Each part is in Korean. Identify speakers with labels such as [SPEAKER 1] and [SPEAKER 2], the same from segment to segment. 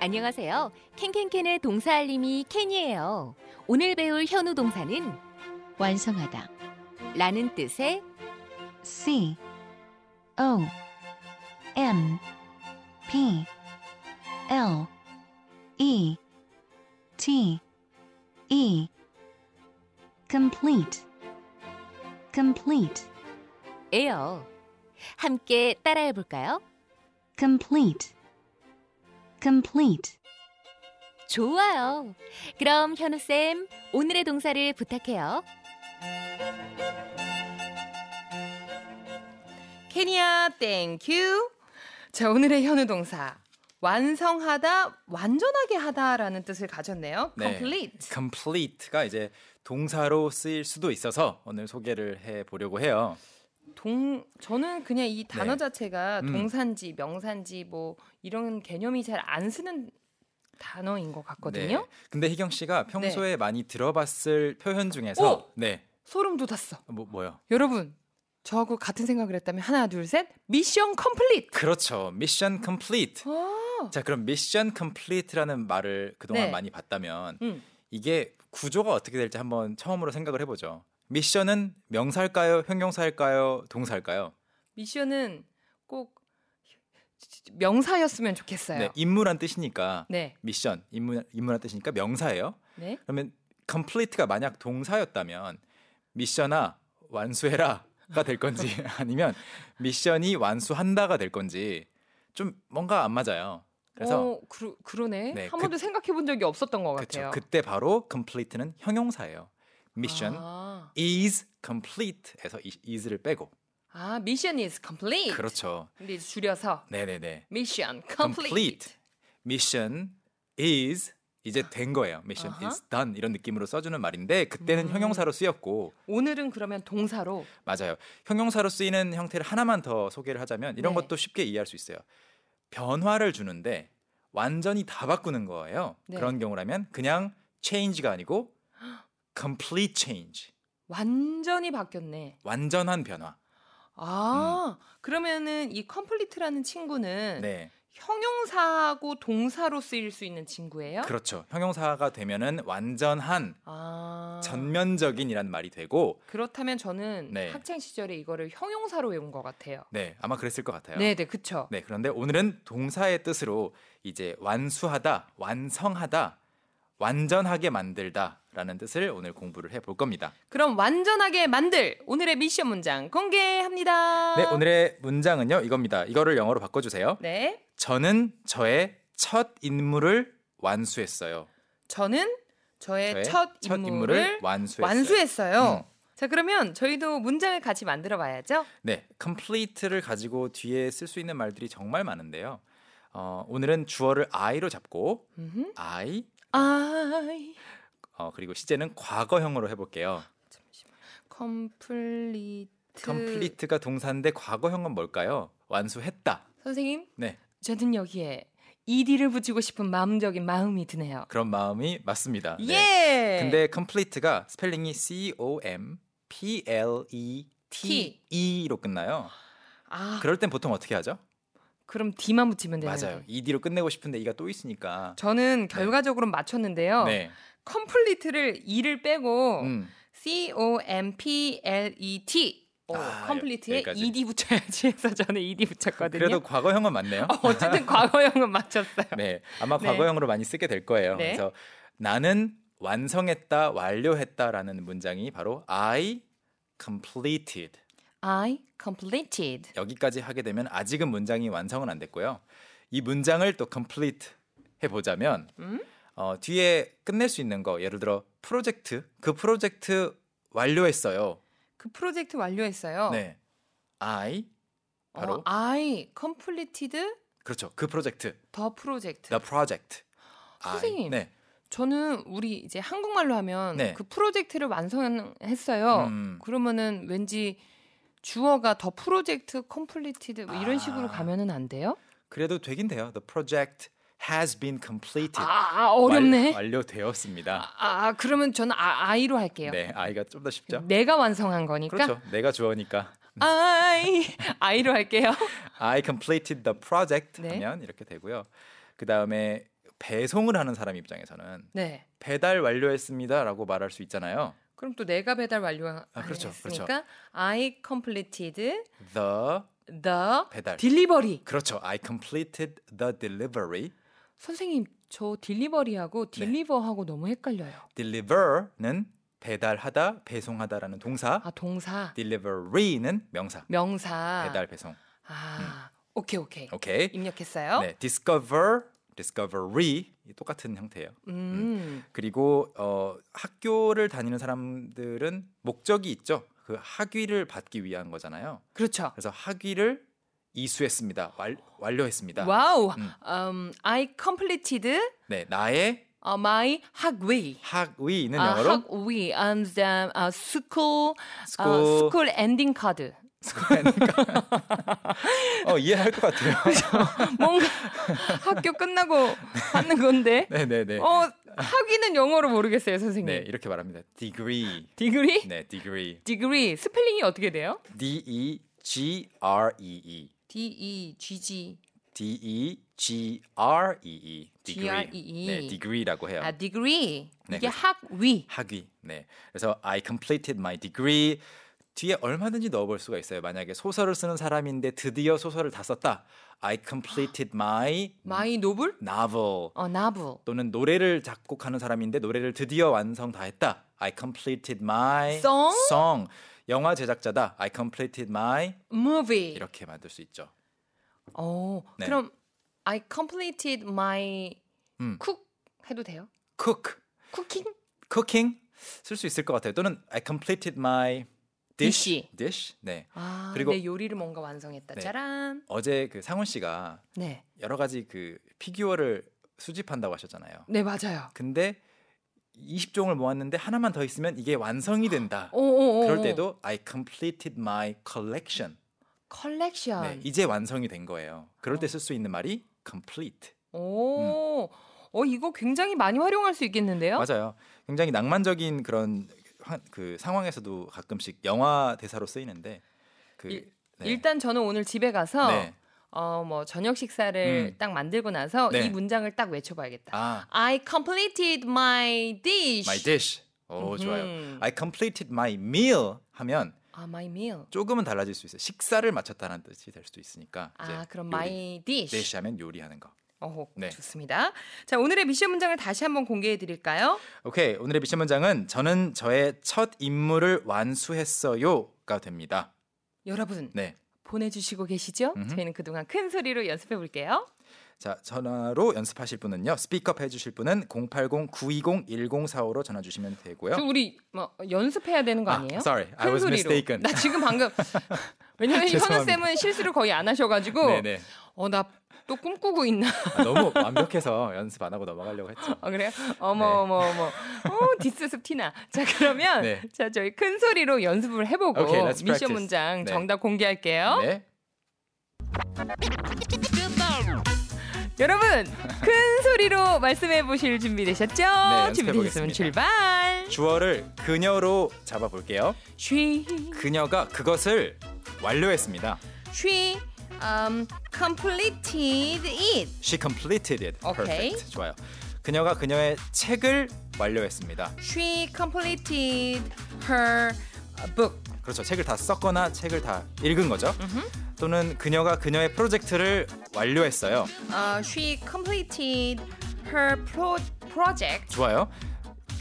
[SPEAKER 1] 안녕하세요. 캔캔캔의 동사 알림이 캔이에요. 오늘 배울 현우 동사는
[SPEAKER 2] 완성하다.
[SPEAKER 1] 라는 뜻의
[SPEAKER 2] C O M P L E T E complete complete
[SPEAKER 1] 에요. 함께 따라해 볼까요?
[SPEAKER 2] complete complete
[SPEAKER 1] 좋아요. 그럼 현우쌤, 오늘의 동사를 부탁해요.
[SPEAKER 3] 케니아 땡큐 자 오늘의 현우 동사 완성하다 완전하게 하다라는 뜻을 가졌네요
[SPEAKER 4] 네.
[SPEAKER 3] complete
[SPEAKER 4] complete가 이제 동사로 쓰일 수도 있어서 오늘 소개를 해 보려고 해요.
[SPEAKER 3] 동 저는 그냥 이 단어
[SPEAKER 4] 네.
[SPEAKER 3] 자체가
[SPEAKER 4] 음.
[SPEAKER 3] 동산지 명산지 뭐 이런 개념이 잘 안 쓰는 단어인 것 같거든요 네.
[SPEAKER 4] 네. 근데 희경 씨가 평소에 많이 들어봤을 표현 중에서
[SPEAKER 3] 오!
[SPEAKER 4] 네.
[SPEAKER 3] 소름 돋았어
[SPEAKER 4] 뭐 뭐요?
[SPEAKER 3] 여러분 저하고 같은 생각을 했다면 하나 둘 셋 미션 컴플릿
[SPEAKER 4] 그렇죠. 미션 complete.
[SPEAKER 3] 아,
[SPEAKER 4] 자, 그럼 미션 complete라는 말을 그동안
[SPEAKER 3] 네.
[SPEAKER 4] 많이 봤다면
[SPEAKER 3] 음.
[SPEAKER 4] 이게 구조가 어떻게 될지 한번 처음으로 생각을 해 보죠. 미션은 명사일까요? 형용사일까요? 동사일까요?
[SPEAKER 3] 미션은 꼭 명사였으면 좋겠어요
[SPEAKER 4] 네, 임무란 뜻이니까
[SPEAKER 3] 네,
[SPEAKER 4] 미션, 임무 임무란 뜻이니까 명사예요.
[SPEAKER 3] 네.
[SPEAKER 4] 그러면 complete가 만약 동사였다면 미션아 완수해라가 될 건지 아니면 미션이 완수한다가 될 건지 좀 뭔가 안 맞아요. 그래서
[SPEAKER 3] 어, 그러, 그러네.
[SPEAKER 4] 네,
[SPEAKER 3] 한
[SPEAKER 4] 그-
[SPEAKER 3] 번도 생각해 본 적이 없었던 것
[SPEAKER 4] 그렇죠.
[SPEAKER 3] 같아요.
[SPEAKER 4] 그때 바로 complete는 형용사예요. 미션
[SPEAKER 3] 아,
[SPEAKER 4] is complete에서 이- is를 빼고
[SPEAKER 3] 아, 미션 is complete.
[SPEAKER 4] 그렇죠.
[SPEAKER 3] 근데 이제 줄여서
[SPEAKER 4] 네네네.
[SPEAKER 3] 미션 complete.
[SPEAKER 4] 미션 is 이제 된 거예요. 미션
[SPEAKER 3] 아하.
[SPEAKER 4] is done 이런 느낌으로 써주는 말인데 그때는
[SPEAKER 3] 음.
[SPEAKER 4] 형용사로 쓰였고
[SPEAKER 3] 오늘은 그러면 동사로
[SPEAKER 4] 맞아요. 형용사로 쓰이는 형태를 하나만 더 소개를 하자면 이런
[SPEAKER 3] 네.
[SPEAKER 4] 것도 쉽게 이해할 수 있어요. 변화를 주는데 완전히 다 바꾸는 거예요.
[SPEAKER 3] 네.
[SPEAKER 4] 그런 경우라면 그냥 change가 아니고 complete change.
[SPEAKER 3] 완전히 바뀌었네.
[SPEAKER 4] 완전한 변화.
[SPEAKER 3] 아, 그러면은 이 complete라는 친구는
[SPEAKER 4] 음. 네.
[SPEAKER 3] 형용사하고 동사로 쓰일 수 있는 친구예요?
[SPEAKER 4] 그렇죠. 형용사가 되면은 완전한
[SPEAKER 3] 아,
[SPEAKER 4] 전면적인이란 말이 되고
[SPEAKER 3] 그렇다면 저는
[SPEAKER 4] 네.
[SPEAKER 3] 학창 시절에 이거를 형용사로 외운 것 같아요.
[SPEAKER 4] 네, 아마 그랬을 것 같아요.
[SPEAKER 3] 네, 네, 그쵸.
[SPEAKER 4] 네, 그런데 오늘은 동사의 뜻으로 이제 완수하다, 완성하다, 완전하게 만들다라는 뜻을 오늘 공부를 해 볼 겁니다.
[SPEAKER 3] 그럼 완전하게 만들 오늘의 미션 문장 공개합니다.
[SPEAKER 4] 네, 오늘의 문장은요 이겁니다. 이거를 영어로 바꿔주세요.
[SPEAKER 3] 네,
[SPEAKER 4] 저는 저의 첫 임무를 완수했어요.
[SPEAKER 3] 저는 저의,
[SPEAKER 4] 저의
[SPEAKER 3] 네, 첫, 임무를,
[SPEAKER 4] 완수했어요. 음,
[SPEAKER 3] 완수했어요. 자, 그러면 저희도 문장을 같이 만들어 봐야죠.
[SPEAKER 4] 네, complete를 가지고 뒤에 쓸 수 있는 말들이 정말 많은데요. 어, 오늘은 주어를 I로 잡고
[SPEAKER 3] 음흠.
[SPEAKER 4] I
[SPEAKER 3] I
[SPEAKER 4] 어, 그리고 시제는 과거형으로 해볼게요.
[SPEAKER 3] complete.
[SPEAKER 4] complete가 동사인데 과거형은 뭘까요? 완수했다.
[SPEAKER 3] 선생님,
[SPEAKER 4] 네,
[SPEAKER 3] 저는 여기에 ed를 붙이고 싶은 마음적인 마음이 드네요.
[SPEAKER 4] 그런 마음이 맞습니다. 네.
[SPEAKER 3] 예.
[SPEAKER 4] 근데 complete가 스펠링이 C O M P L E T E로 끝나요.
[SPEAKER 3] 아, 네.
[SPEAKER 4] 그럴 땐 보통 어떻게 하죠?
[SPEAKER 3] 그럼 d만 붙이면 되는
[SPEAKER 4] 맞아요. ED로 끝내고 싶은데 E가 또 있으니까.
[SPEAKER 3] 저는 결과적으로 맞췄는데요.
[SPEAKER 4] 네.
[SPEAKER 3] complete를 e를 빼고
[SPEAKER 4] 음.
[SPEAKER 3] C O M P L E T. 어,
[SPEAKER 4] 아,
[SPEAKER 3] 컴플리트에
[SPEAKER 4] 여기까지.
[SPEAKER 3] ED 붙여야지 해서 저는 ED 붙였거든요.
[SPEAKER 4] 그래도 과거형은 맞네요.
[SPEAKER 3] 어, 어쨌든 과거형은 맞췄어요.
[SPEAKER 4] 네. 아마
[SPEAKER 3] 네.
[SPEAKER 4] 과거형으로 많이 쓰게 될 거예요.
[SPEAKER 3] 네.
[SPEAKER 4] 그래서 나는 완성했다, 완료했다라는 문장이 바로 I completed.
[SPEAKER 3] I completed.
[SPEAKER 4] 여기까지 하게 되면 아직은 문장이 완성은 안 됐고요. 이 문장을 또 complete 해보자면
[SPEAKER 3] 음?
[SPEAKER 4] 어, 뒤에 끝낼 수 있는 거 예를 들어 프로젝트 그 프로젝트 완료했어요.
[SPEAKER 3] 그 프로젝트 완료했어요.
[SPEAKER 4] 네, I 바로
[SPEAKER 3] 어, I completed
[SPEAKER 4] 그렇죠 그 프로젝트
[SPEAKER 3] the project.
[SPEAKER 4] the project. I.
[SPEAKER 3] 네. 선생님.
[SPEAKER 4] 네.
[SPEAKER 3] 저는 우리 이제 한국말로 하면
[SPEAKER 4] 네.
[SPEAKER 3] 그 프로젝트를 완성했어요.
[SPEAKER 4] 음.
[SPEAKER 3] 그러면은 왠지 주어가 더 프로젝트 컴플리티드 뭐 이런
[SPEAKER 4] 아.
[SPEAKER 3] 식으로 가면은 안 돼요?
[SPEAKER 4] 그래도 되긴 돼요. The project has been completed.
[SPEAKER 3] 아, 아, 어렵네.
[SPEAKER 4] 완, 료되었습니다
[SPEAKER 3] 아, 아, 그러면 저는 아, I로 할게요. 그 그러니까.
[SPEAKER 4] 네, I가 좀 더 쉽죠.
[SPEAKER 3] 내가 완성한 거니까
[SPEAKER 4] 그렇죠. 음. 내가 주어니까
[SPEAKER 3] 아이 아이로 할게요.
[SPEAKER 4] I completed the project
[SPEAKER 3] 네.
[SPEAKER 4] 하면 이렇게 되고요. 그 다음에 배송을 하는 사람 입장에서는
[SPEAKER 3] 네.
[SPEAKER 4] 배달 완료했습니다라고 말할 수 있잖아요.
[SPEAKER 3] 그럼 또 내가 배달 완료했으니까
[SPEAKER 4] 아, 그렇죠,
[SPEAKER 3] I completed
[SPEAKER 4] The
[SPEAKER 3] the
[SPEAKER 4] 배달.
[SPEAKER 3] delivery.
[SPEAKER 4] 그렇죠. I completed the delivery.
[SPEAKER 3] 선생님, 저
[SPEAKER 4] 네.
[SPEAKER 3] delivery하고 deliver하고 너무 헷갈려요.
[SPEAKER 4] Deliver는 배달하다, 배송하다라는 동사.
[SPEAKER 3] 아, 동사,
[SPEAKER 4] Delivery는 명사.
[SPEAKER 3] 명사.
[SPEAKER 4] 배달, 배송.
[SPEAKER 3] 아, 오케이, 오케이.
[SPEAKER 4] 오케이.
[SPEAKER 3] 입력했어요.
[SPEAKER 4] 네, discover, discovery 똑같은 형태예요.
[SPEAKER 3] 음.
[SPEAKER 4] 그리고 어, 학교를 다니는 사람들은 목적이 있죠. 그 학위를 받기 위한 거잖아요.
[SPEAKER 3] 그렇죠.
[SPEAKER 4] 그래서 학위를 이수했습니다. 완, 완료했습니다.
[SPEAKER 3] 와우.
[SPEAKER 4] 음.
[SPEAKER 3] 음, I completed
[SPEAKER 4] 네, 나의
[SPEAKER 3] uh, my 학위.
[SPEAKER 4] 학위는
[SPEAKER 3] 아,
[SPEAKER 4] 네, 영어로
[SPEAKER 3] 학위 and then uh, school
[SPEAKER 4] 스쿨
[SPEAKER 3] 아, 스쿨 엔딩 카드.
[SPEAKER 4] 스쿨이니까 어, 이해할 것 같아요.
[SPEAKER 3] 뭔가 학교 끝나고 받는 건데.
[SPEAKER 4] 네, 네, 네.
[SPEAKER 3] 어, 학위는 영어로 모르겠어요, 선생님.
[SPEAKER 4] 네, 이렇게 말합니다. degree.
[SPEAKER 3] 디그리?
[SPEAKER 4] 네, degree.
[SPEAKER 3] 디그리 스펠링이 어떻게 돼요?
[SPEAKER 4] D E G R E E.
[SPEAKER 3] D E G G.
[SPEAKER 4] D E G R E E.
[SPEAKER 3] GREE.
[SPEAKER 4] 네, degree라고 해요.
[SPEAKER 3] 아, 디그리.
[SPEAKER 4] 네,
[SPEAKER 3] 이게
[SPEAKER 4] 그렇죠.
[SPEAKER 3] 학위.
[SPEAKER 4] 학위. 네. 그래서 I completed my degree 뒤에 얼마든지 넣어볼 수가 있어요. 만약에 소설을 쓰는 사람인데 드디어 소설을 다 썼다. I completed my
[SPEAKER 3] 마이 노블?
[SPEAKER 4] novel.
[SPEAKER 3] 어, 나부.
[SPEAKER 4] 또는 노래를 작곡하는 사람인데 노래를 드디어 완성 다 했다. I completed my
[SPEAKER 3] Song?
[SPEAKER 4] song. 영화 제작자다. I completed my
[SPEAKER 3] movie.
[SPEAKER 4] 이렇게 만들 수 있죠.
[SPEAKER 3] 어,
[SPEAKER 4] 네.
[SPEAKER 3] 그럼 I completed my
[SPEAKER 4] 음.
[SPEAKER 3] cook 해도 돼요?
[SPEAKER 4] cook,
[SPEAKER 3] 쿠킹?
[SPEAKER 4] cooking 쓸 수 있을 것 같아요. 또는 I completed my dish, dish. 네.
[SPEAKER 3] 아,
[SPEAKER 4] 그리고-
[SPEAKER 3] 내 요리를 뭔가 완성했다.
[SPEAKER 4] 네.
[SPEAKER 3] 짜란.
[SPEAKER 4] 어제 그 상훈 씨가
[SPEAKER 3] 네.
[SPEAKER 4] 여러 가지 그 피규어를 수집한다고 하셨잖아요.
[SPEAKER 3] 네, 맞아요.
[SPEAKER 4] 근데 20종을 모았는데 하나만 더 있으면 이게 완성이 된다.
[SPEAKER 3] 오, 오, 오.
[SPEAKER 4] 그럴 때도 I completed my collection.
[SPEAKER 3] 컬렉션.
[SPEAKER 4] 네, 이제 완성이 된 거예요. 그럴
[SPEAKER 3] 어.
[SPEAKER 4] 때 쓸 수 있는 말이 complete.
[SPEAKER 3] 오. 어, 이거 굉장히 많이 활용할 수 있겠는데요?
[SPEAKER 4] 음. 맞아요. 굉장히 낭만적인 그런 환- 그 상황에서도 가끔씩 영화 대사로 쓰이는데 그
[SPEAKER 3] 일-
[SPEAKER 4] 네.
[SPEAKER 3] 일단 저는 오늘 집에 가서
[SPEAKER 4] 네.
[SPEAKER 3] 어, 뭐 저녁 식사를
[SPEAKER 4] 음.
[SPEAKER 3] 딱 만들고 나서
[SPEAKER 4] 네.
[SPEAKER 3] 이 문장을 딱 외쳐 봐야겠다.
[SPEAKER 4] 아,
[SPEAKER 3] I completed my dish.
[SPEAKER 4] my dish. 오,
[SPEAKER 3] 음흠.
[SPEAKER 4] 좋아요. I completed my meal 하면
[SPEAKER 3] 아, my meal.
[SPEAKER 4] 조금은 달라질 수 있어요. 식사를 마쳤다는 뜻이 될 수도 있으니까. 이제
[SPEAKER 3] 아, 그럼
[SPEAKER 4] 요리.
[SPEAKER 3] my dish.
[SPEAKER 4] dish 하면 요리하는 거.
[SPEAKER 3] 어허,
[SPEAKER 4] 네.
[SPEAKER 3] 좋습니다. 자, 오늘의 미션 문장을 다시 한번 공개해 드릴까요?
[SPEAKER 4] 오케이. 오늘의 미션 문장은 저는 저의 첫 임무를 완수했어요가 됩니다.
[SPEAKER 3] 여러분
[SPEAKER 4] 네.
[SPEAKER 3] 보내주시고 계시죠?
[SPEAKER 4] 음흠.
[SPEAKER 3] 저희는 그동안 큰 소리로 연습해 볼게요.
[SPEAKER 4] 자, 전화로 연습하실 분은요. 스피커업 해 주실 분은 080-920-1045로 전화 주시면 되고요.
[SPEAKER 3] 저 우리 뭐 연습해야 되는 거 아니에요?
[SPEAKER 4] 어? 아, sorry. I
[SPEAKER 3] 큰
[SPEAKER 4] was
[SPEAKER 3] 소리로.
[SPEAKER 4] mistaken.
[SPEAKER 3] 나 지금 방금 왜냐면 현우
[SPEAKER 4] 죄송합니다.
[SPEAKER 3] 쌤은 실수를 거의 안 하셔가지고
[SPEAKER 4] 네, 네.
[SPEAKER 3] 어 나 또 꿈꾸고 있나?
[SPEAKER 4] 아, 너무 완벽해서 연습 안 하고 넘어가려고 했죠.
[SPEAKER 3] 어, 그래요? 어머
[SPEAKER 4] 네.
[SPEAKER 3] 어머 어머. 어 디스습 티나. 자 그러면
[SPEAKER 4] 네.
[SPEAKER 3] 자 저희 큰 소리로 연습을 해보고
[SPEAKER 4] Okay, let's
[SPEAKER 3] 미션
[SPEAKER 4] practice.
[SPEAKER 3] 문장
[SPEAKER 4] 네.
[SPEAKER 3] 정답 공개할게요.
[SPEAKER 4] 네.
[SPEAKER 3] 여러분 큰 소리로 말씀해 보실 준비 되셨죠?
[SPEAKER 4] 네, 연습해
[SPEAKER 3] 준비되셨으면
[SPEAKER 4] 보겠습니다.
[SPEAKER 3] 출발.
[SPEAKER 4] 주어를 그녀로 잡아 볼게요.
[SPEAKER 3] She
[SPEAKER 4] 그녀가 그것을 완료했습니다.
[SPEAKER 3] she um completed it.
[SPEAKER 4] She completed it.
[SPEAKER 3] 오케이.
[SPEAKER 4] Perfect. 좋아요. 그녀가 그녀의 책을 완료했습니다.
[SPEAKER 3] She completed her uh, book.
[SPEAKER 4] 그렇죠. 책을 다 썼거나 책을 다 읽은 거죠. 또는 그녀가 그녀의 프로젝트를 완료했어요.
[SPEAKER 3] Uh, she completed her pro project.
[SPEAKER 4] 좋아요.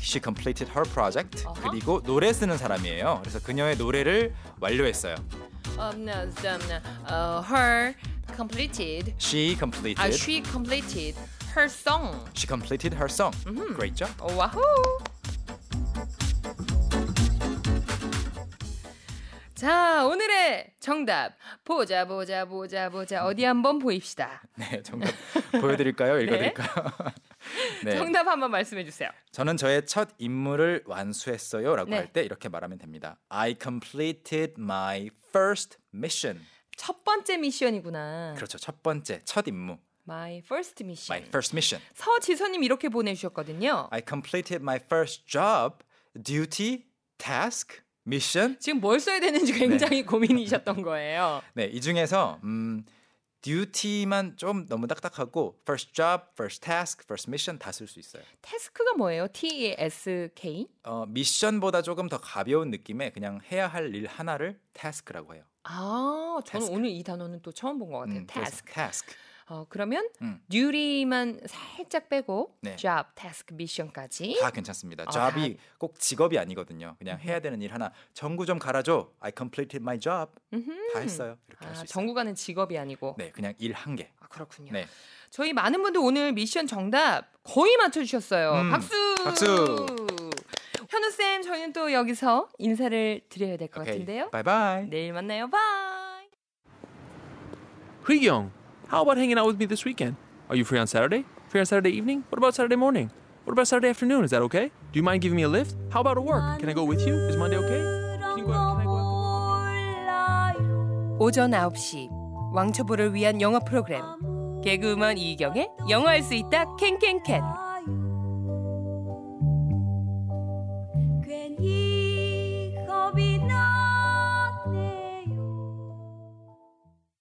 [SPEAKER 4] She completed her project.
[SPEAKER 3] 어허.
[SPEAKER 4] 그리고 노래 쓰는 사람이에요. 그래서 그녀의 노래를 완료했어요.
[SPEAKER 3] Um, no, um, no, uh, her completed.
[SPEAKER 4] She completed.
[SPEAKER 3] Uh, she completed her song.
[SPEAKER 4] She completed her song. Great job.
[SPEAKER 3] 와호! 자, 오늘의 정답 보자 보자 보자 보자 어디 한번 보입시다.
[SPEAKER 4] 네, 정답 보여드릴까요? 읽어드릴까요? 네.
[SPEAKER 3] 정답 한번 말씀해 주세요.
[SPEAKER 4] 저는 저의 첫 임무를 완수했어요라고
[SPEAKER 3] 네.
[SPEAKER 4] 할 때 이렇게 말하면 됩니다. I completed my first mission.
[SPEAKER 3] 첫 번째 미션이구나.
[SPEAKER 4] 그렇죠. 첫 번째 첫 임무.
[SPEAKER 3] My first mission.
[SPEAKER 4] My first mission.
[SPEAKER 3] 서지선님 이렇게 보내주셨거든요.
[SPEAKER 4] I completed my first job, duty, task, mission.
[SPEAKER 3] 지금 뭘 써야 되는지 굉장히 고민이셨던 거예요.
[SPEAKER 4] 네, 이 중에서 음, duty만 좀 너무 딱딱하고 first job, first task, first mission 다 쓸 수 있어요.
[SPEAKER 3] 태스크가 뭐예요? T E S K?
[SPEAKER 4] 어, 미션보다 조금 더 가벼운 느낌의 그냥 해야 할 일 하나를 task라고 해요.
[SPEAKER 3] 아, 저는
[SPEAKER 4] 태스크.
[SPEAKER 3] 오늘 이 단어는 또 처음 본 것 같아요.
[SPEAKER 4] 음, 그래서
[SPEAKER 3] task.
[SPEAKER 4] task.
[SPEAKER 3] 어, 그러면
[SPEAKER 4] 음.
[SPEAKER 3] duty만 살짝 빼고
[SPEAKER 4] 네.
[SPEAKER 3] job, task, mission까지.
[SPEAKER 4] 다 괜찮습니다.
[SPEAKER 3] 아,
[SPEAKER 4] job이 꼭 직업이 아니거든요. 그냥
[SPEAKER 3] 음.
[SPEAKER 4] 해야 되는 일 하나. 전구 좀 갈아줘. I completed my job.
[SPEAKER 3] 음흠.
[SPEAKER 4] 다 했어요. 이렇게 할
[SPEAKER 3] 아,
[SPEAKER 4] 수 있어요.
[SPEAKER 3] 전구가는 직업이 아니고.
[SPEAKER 4] 네, 그냥 일 한 개.
[SPEAKER 3] 아, 그렇군요.
[SPEAKER 4] 네.
[SPEAKER 3] 저희 많은 분들 오늘 미션 정답 거의 맞춰 주셨어요.
[SPEAKER 4] 음,
[SPEAKER 3] 박수.
[SPEAKER 4] 박수.
[SPEAKER 3] 현우 쌤, 저희는 또 여기서 인사를 드려야 될 것 같은데요. 네.
[SPEAKER 4] 바이바이.
[SPEAKER 3] 내일 만나요. 바이.
[SPEAKER 5] Young, how about hanging out with me this weekend? Are you free on Saturday? Free on Saturday evening? What about Saturday morning? What about Saturday afternoon? Is that okay? Do you mind giving me a lift? How about at work? Can I go with you? Is Monday okay? Can you go out? Can I go out?
[SPEAKER 3] 오전 9시 왕초보를 위한 영어 프로그램 개그우먼 이경의 영어할 수 있다 캔캔캔